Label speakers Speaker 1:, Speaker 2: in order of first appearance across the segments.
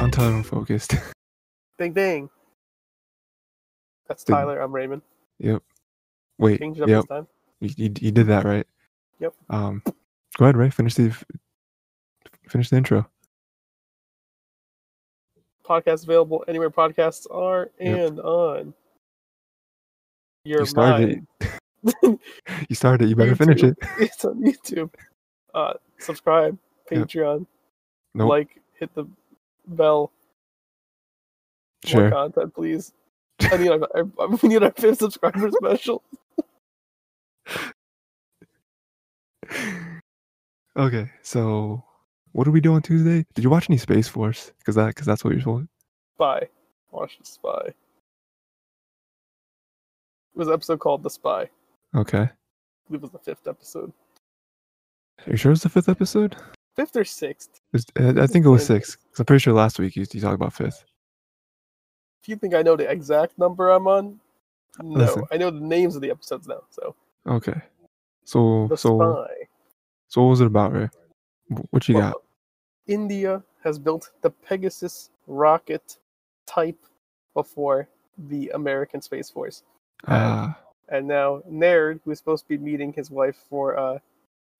Speaker 1: Until I'm focused.
Speaker 2: Bang bang. That's
Speaker 1: Big-
Speaker 2: Tyler. I'm Raymond.
Speaker 1: yep. Wait.
Speaker 2: Changed it up
Speaker 1: Yep.
Speaker 2: this time.
Speaker 1: You, you you did that right.
Speaker 2: Yep.
Speaker 1: Um, go ahead, Ray. Finish the finish the intro.
Speaker 2: Podcast available anywhere podcasts are
Speaker 1: Yep.
Speaker 2: and on. You're
Speaker 1: you started
Speaker 2: mine.
Speaker 1: it. You started it. You better
Speaker 2: You
Speaker 1: finish
Speaker 2: too.
Speaker 1: it.
Speaker 2: it's on YouTube. Uh, subscribe,
Speaker 1: Yep.
Speaker 2: Patreon,
Speaker 1: Nope.
Speaker 2: like, hit the bell. More
Speaker 1: Sure.
Speaker 2: content, please. I need our, I- we need our fifth subscriber special.
Speaker 1: okay. So, what do we do on Tuesday? Did you watch any Space Force? Because that because that's what you're supposed.
Speaker 2: Spy. Watch the spy. It was an episode called The Spy. I
Speaker 1: Okay.
Speaker 2: believe it was the fifth episode.
Speaker 1: Are you sure it was the fifth episode?
Speaker 2: Fifth or sixth?
Speaker 1: It's- I I think it was
Speaker 2: Fifth.
Speaker 1: six. 'cause I'm pretty sure last week you, you talked about fifth.
Speaker 2: If you think I know the exact number I'm on, no.
Speaker 1: Listen.
Speaker 2: I know the names of the episodes now, so.
Speaker 1: Okay. So
Speaker 2: The
Speaker 1: so
Speaker 2: Spy.
Speaker 1: so what was it about, Ray? Wh- What you
Speaker 2: Well, uh,
Speaker 1: got?
Speaker 2: India has built the Pegasus rocket type before the American Space Force.
Speaker 1: Ah,
Speaker 2: And now Naird, who's supposed to be meeting his wife for a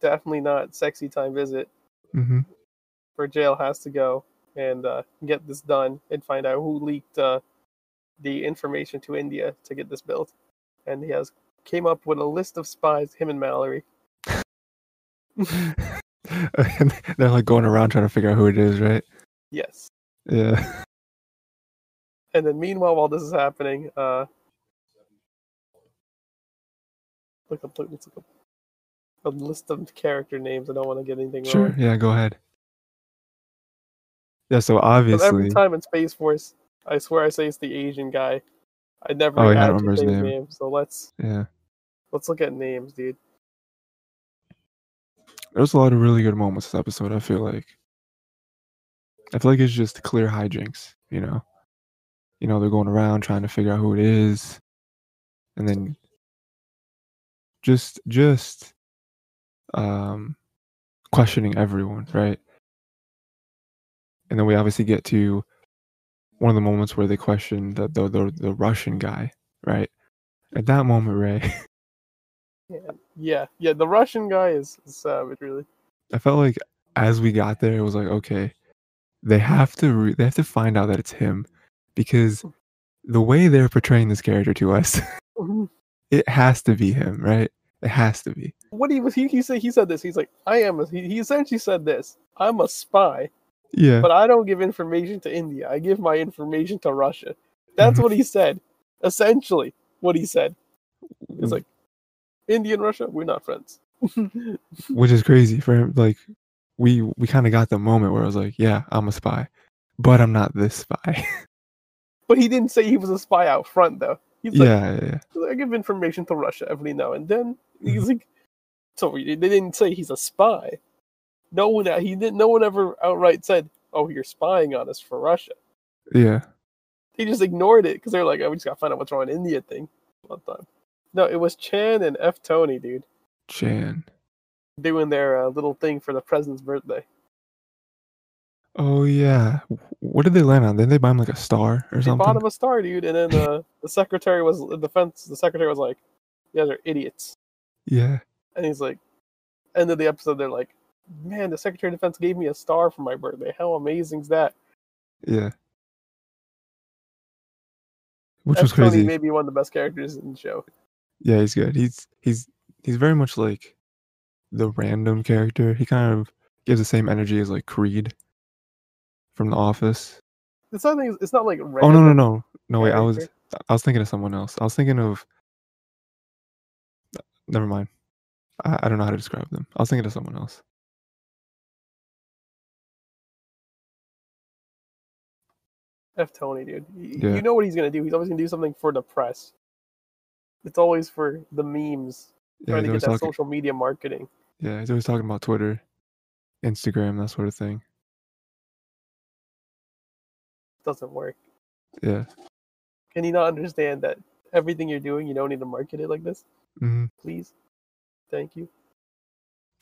Speaker 2: definitely not sexy time visit
Speaker 1: mm-hmm.
Speaker 2: for jail, has to go and uh, get this done and find out who leaked uh, the information to India to get this built. And he has came up with a list of spies, him and Mallory.
Speaker 1: and they're like going around trying to figure out who it is, right?
Speaker 2: Yes.
Speaker 1: Yeah.
Speaker 2: And then meanwhile, while this is happening, uh, look up, look, let's look up a list of character names. I don't want to get anything
Speaker 1: Sure.
Speaker 2: wrong.
Speaker 1: Yeah. Go ahead. Yeah. So
Speaker 2: But every
Speaker 1: obviously,
Speaker 2: time in Space Force, I swear I say it's the Asian guy. I never
Speaker 1: Oh, yeah, I don't
Speaker 2: actually
Speaker 1: remember his
Speaker 2: say
Speaker 1: name.
Speaker 2: So let's
Speaker 1: yeah,
Speaker 2: let's look at names, dude.
Speaker 1: there's a lot of really good moments this episode. I feel like. I feel like it's just clear hijinks. You know. You know they're going around trying to figure out who it is, and then just just um questioning everyone, right? And then we obviously get to one of the moments where they question the the the, the Russian guy, right? At that moment, Ray,
Speaker 2: Yeah, yeah. The Russian guy is savage, really.
Speaker 1: I felt like as we got there, it was like, okay, they have to re- they have to find out that it's him because the way they're portraying this character to us, it has to be him, right? It has to be.
Speaker 2: What he was he he said he said this. He's like, I am. A, he, he essentially said this. I'm a spy.
Speaker 1: Yeah.
Speaker 2: but I don't give information to India. I give my information to Russia. That's
Speaker 1: Mhm.
Speaker 2: what he said. Essentially, what he said. It's like India and Russia, we're not friends.
Speaker 1: which is crazy for him. Like we we kind of got the moment where I was like, yeah, I'm a spy, but I'm not this spy.
Speaker 2: but he didn't say he was a spy out front, though. He's like,
Speaker 1: yeah, yeah, yeah.
Speaker 2: I give information to Russia every now and then.
Speaker 1: Mm-hmm.
Speaker 2: He's like, so they didn't say he's a spy. No one, uh, he didn't. No one ever outright said, "Oh, you're spying on us for Russia."
Speaker 1: Yeah.
Speaker 2: They just ignored it because they're like, "Oh, we just gotta find out what's wrong in India thing." One time, no, it was Chan and F. Tony, dude.
Speaker 1: Chan.
Speaker 2: doing their uh, little thing for the president's birthday.
Speaker 1: Oh yeah. Wh- What did they land on? Didn't they buy him like a star or
Speaker 2: They bought
Speaker 1: something?
Speaker 2: him a star, dude, and then uh, the secretary was the defense. The secretary was like, "You guys are idiots,"
Speaker 1: yeah.
Speaker 2: and he's like, "End of the episode." They're like, "Man, the secretary of defense gave me a star for my birthday. How amazing's that?"
Speaker 1: Yeah. Which
Speaker 2: F.
Speaker 1: was crazy.
Speaker 2: Tony may be one of the best characters in the show.
Speaker 1: Yeah, he's good. He's he's he's very much like the random character. He kind of gives the same energy as like Creed from The Office.
Speaker 2: It's not. like- It's not like.
Speaker 1: Oh no no
Speaker 2: random.
Speaker 1: no no wait! I was
Speaker 2: character.
Speaker 1: I was thinking of someone else. I was thinking of. Never mind. I, I don't know how to describe them. I was thinking of someone else.
Speaker 2: F. Tony, dude. Y-
Speaker 1: Yeah.
Speaker 2: You know what he's gonna do? He's always gonna do something for the press. It's always for the memes,
Speaker 1: Yeah,
Speaker 2: trying
Speaker 1: he's
Speaker 2: to get
Speaker 1: always
Speaker 2: that
Speaker 1: talking.
Speaker 2: social media marketing.
Speaker 1: Yeah, he's always talking about Twitter, Instagram, that sort of thing.
Speaker 2: Doesn't work.
Speaker 1: Yeah.
Speaker 2: Can you not understand that everything you're doing, you don't need to market it like this?
Speaker 1: hmm
Speaker 2: Please, thank you.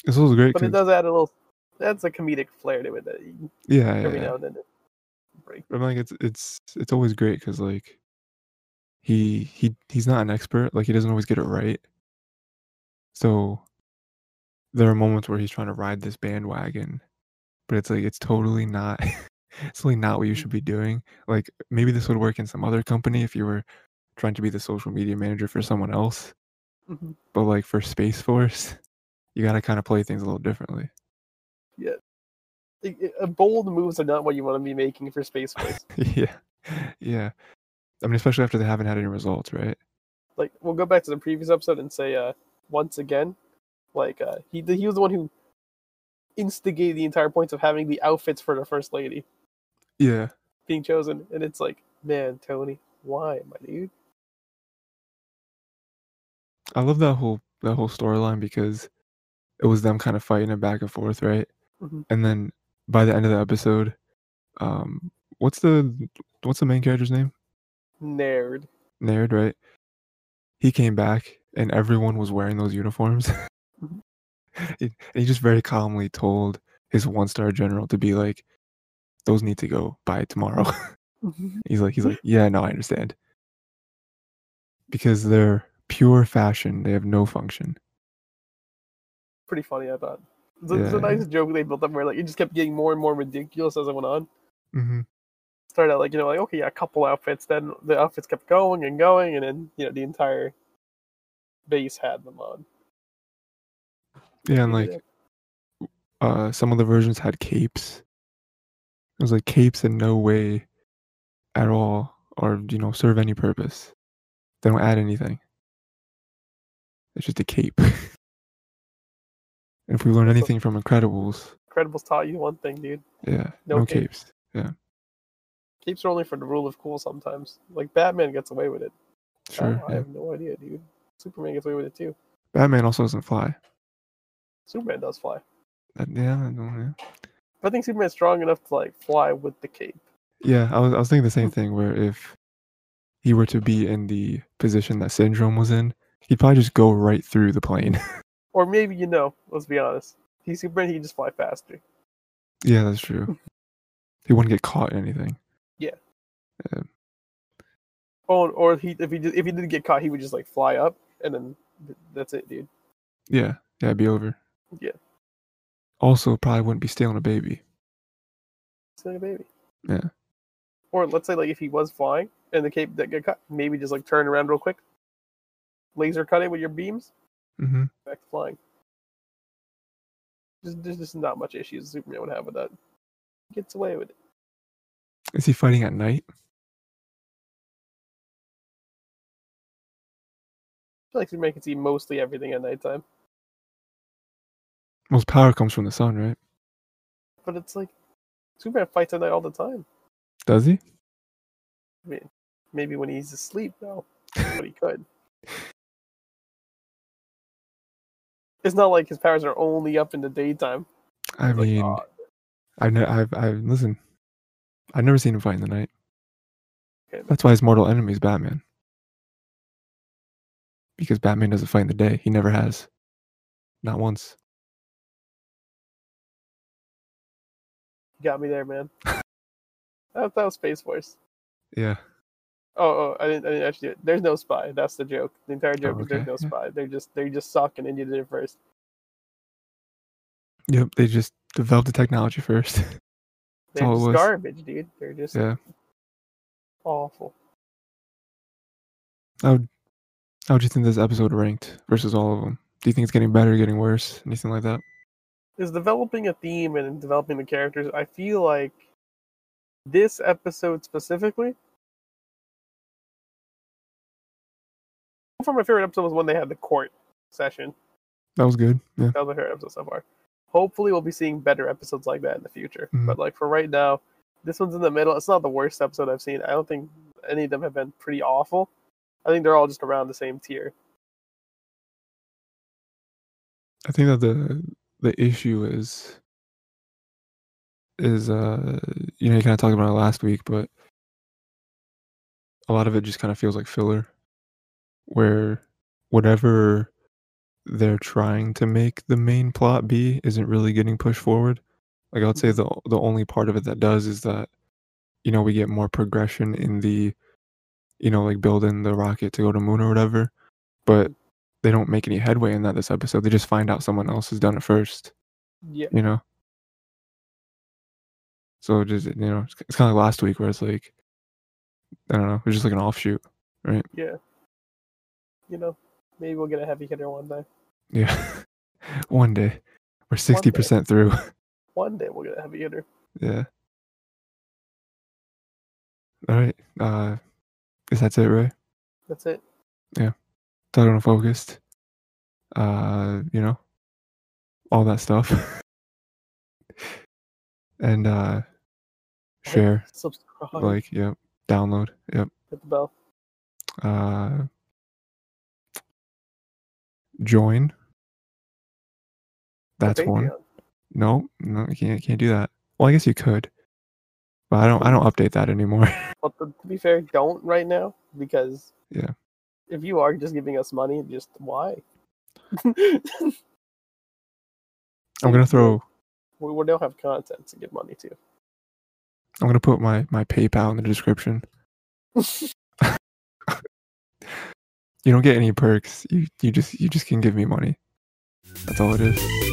Speaker 1: This was great.
Speaker 2: But it
Speaker 1: 'cause-
Speaker 2: does add a little. That's a comedic flair to it that you,
Speaker 1: yeah, yeah,
Speaker 2: every
Speaker 1: yeah.
Speaker 2: now and then. break.
Speaker 1: I'm like it's it's it's always great because like he he he's not an expert. Like he doesn't always get it right. So there are moments where he's trying to ride this bandwagon, but it's like it's totally not. it's totally not what you should be doing. Like maybe this would work in some other company if you were trying to be the social media manager for someone else.
Speaker 2: Mhm.
Speaker 1: But like for Space Force, you got to kind of play things a little differently.
Speaker 2: I- I- uh, Bold moves are not what you want to be making for Space Force.
Speaker 1: yeah, yeah. I mean, especially after they haven't had any results, right?
Speaker 2: like we'll go back to the previous episode and say uh once again like uh he he was the one who instigated the entire point of having the outfits for the first lady
Speaker 1: Yeah,
Speaker 2: being chosen and it's like man tony why my dude
Speaker 1: I love that whole that whole storyline because it was them kind of fighting it back and forth, right?
Speaker 2: Mhm.
Speaker 1: And then by the end of the episode, um, what's the what's the main character's name?
Speaker 2: nerd
Speaker 1: Naird, right? He came back and everyone was wearing those uniforms.
Speaker 2: Mhm.
Speaker 1: and he just very calmly told his one star general to be like, those need to go by tomorrow. he's like, he's like, yeah, no, I understand. Because they're pure fashion, they have no function.
Speaker 2: pretty funny i thought it's, a- it's a
Speaker 1: Yeah.
Speaker 2: nice joke they built up where like it just kept getting more and more ridiculous as it went on
Speaker 1: Mm-hmm.
Speaker 2: started out like you know like okay yeah, a couple outfits then the outfits kept going and going and then you know the entire base had them on
Speaker 1: Yeah, and
Speaker 2: Yeah.
Speaker 1: like uh, some of the versions had capes. It was like capes in no way at all or you know serve any purpose. They don't add anything. It's just a cape. and if we learn
Speaker 2: That's a-
Speaker 1: anything from Incredibles,
Speaker 2: Incredibles taught you one thing dude
Speaker 1: yeah,
Speaker 2: No
Speaker 1: no,
Speaker 2: cape.
Speaker 1: capes.
Speaker 2: Capes are only for the rule of cool sometimes. Like Batman gets away with it. I don't
Speaker 1: Sure.
Speaker 2: know, I
Speaker 1: yeah.
Speaker 2: have no idea, dude. Superman gets away with it too.
Speaker 1: Batman also doesn't fly.
Speaker 2: Superman does fly.
Speaker 1: That- yeah, I don't- yeah.
Speaker 2: But I think Superman's strong enough to like fly with the cape.
Speaker 1: Yeah, I was I was thinking the same
Speaker 2: Hmm.
Speaker 1: thing where if he were to be in the position that Syndrome was in, he'd probably just go right through the plane.
Speaker 2: Or maybe you know, let's be honest. He's Superman, he can just fly faster.
Speaker 1: Yeah, that's true. he wouldn't get caught in anything.
Speaker 2: Oh, or he if he did, if he did get caught, he would just like fly up and then th- that's it, dude.
Speaker 1: Yeah, yeah, it'd be over.
Speaker 2: Yeah.
Speaker 1: Also, probably wouldn't be stealing a baby.
Speaker 2: It's like a baby.
Speaker 1: Yeah.
Speaker 2: Or let's say like if he was flying and the cape that get cut, maybe just like turn around real quick, laser cut it with your beams,
Speaker 1: Mm-hmm.
Speaker 2: back to flying. There's, there's just not much issues Superman would have with that. He gets away with it.
Speaker 1: Is he fighting at night?
Speaker 2: I feel like Superman can see mostly everything at nighttime.
Speaker 1: Most power comes from the sun, right?
Speaker 2: But it's like Superman fights at night all the time.
Speaker 1: Does he?
Speaker 2: Maybe when he's asleep, no. But he could. It's not like his powers are only up in the daytime.
Speaker 1: I
Speaker 2: Like,
Speaker 1: mean,
Speaker 2: aw,
Speaker 1: I know. I've, I've listen. I've never seen him fight in the night.
Speaker 2: Okay.
Speaker 1: That's why his mortal enemy is Batman. Because Batman doesn't fight in the day. He never has. Not once.
Speaker 2: you got me there, man. that, that was Space Force.
Speaker 1: Yeah.
Speaker 2: Oh, oh I, didn't, I didn't actually do it. There's no spy. That's the joke. The entire joke is there's
Speaker 1: Oh, okay,
Speaker 2: no
Speaker 1: yeah.
Speaker 2: spy. They're just they just suck, and then you did it first.
Speaker 1: Yep. They just developed the technology first.
Speaker 2: They're
Speaker 1: all Oh, it
Speaker 2: just
Speaker 1: was.
Speaker 2: garbage, dude. They're just
Speaker 1: yeah.
Speaker 2: awful.
Speaker 1: How do you think this episode ranked versus all of them? Do you think it's getting better, getting worse, anything like that?
Speaker 2: is developing a theme and developing the characters. I feel like this episode specifically. So far, my favorite episode was when they had the court session.
Speaker 1: That was good. Yeah.
Speaker 2: That was my favorite episode so far. Hopefully, we'll be seeing better episodes like that in the future.
Speaker 1: Mhm.
Speaker 2: But like for right now, this one's in the middle. It's not the worst episode I've seen. I don't think any of them have been pretty awful. I think they're all just around the same tier.
Speaker 1: I think that the the issue is is uh you know you kind of talked about it last week, but a lot of it just kind of feels like filler, where whatever they're trying to make the main plot be isn't really getting pushed forward. Like I would say the the only part of it that does is that you know we get more progression in the you know like building the rocket to go to moon or whatever but they don't make any headway in that this episode they just find out someone else has done it first
Speaker 2: Yeah.
Speaker 1: you know so just you know it's, it's kind of like last week where it's like i don't know it was just like an offshoot
Speaker 2: Yeah. You know, maybe we'll get a heavy hitter one day.
Speaker 1: yeah one day we're 60% through
Speaker 2: One day we'll get a heavy hitter.
Speaker 1: yeah all right uh is that it right
Speaker 2: That's it.
Speaker 1: title and focused uh you know all that stuff and uh
Speaker 2: Like,
Speaker 1: share
Speaker 2: subscribe.
Speaker 1: like yep download yep
Speaker 2: hit the bell.
Speaker 1: uh join
Speaker 2: The
Speaker 1: that's one
Speaker 2: Patreon.
Speaker 1: no no you can't, can't do that well i guess you could but i don't i don't update that anymore
Speaker 2: But to to be fair, don't right now because
Speaker 1: Yeah.
Speaker 2: if you are just giving us money, just why?
Speaker 1: i'm gonna throw
Speaker 2: we, we don't have content to give money to.
Speaker 1: i'm gonna put my my paypal in the description you don't get any perks you you just you just can give me money that's all it is